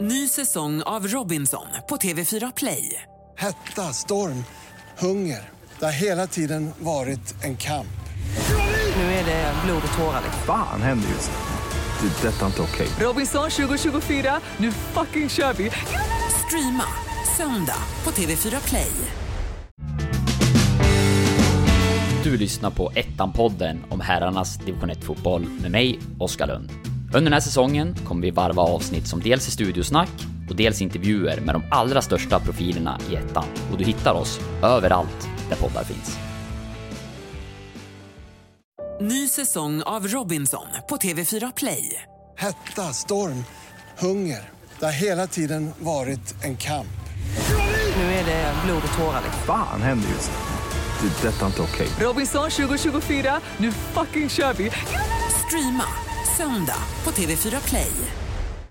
Ny säsong av Robinson på TV4 Play. Hetta, storm, hunger. Det har hela tiden varit en kamp. Nu är det blod och tårar. Fan händer just nu. Det. är Detta är inte okej. Robinson 2024, nu fucking kör vi! Streama söndag på TV4 Play. Du lyssnar på Ettan-podden om herrarnas division 1-fotboll med mig, Oskar Lund. Under den här säsongen kommer vi varva avsnitt som dels är studiosnack och dels intervjuer med de allra största profilerna i Ettan. Och du hittar oss överallt där poddar finns. Ny säsong av Robinson på TV4 Play. Hetta, storm, hunger. Det har hela tiden varit en kamp. Nu är det blod och tårar. Fan händer just nu. Det. är Detta är inte okej. Robinson 2024, nu fucking kör vi! Streama söndag på TV4 Play.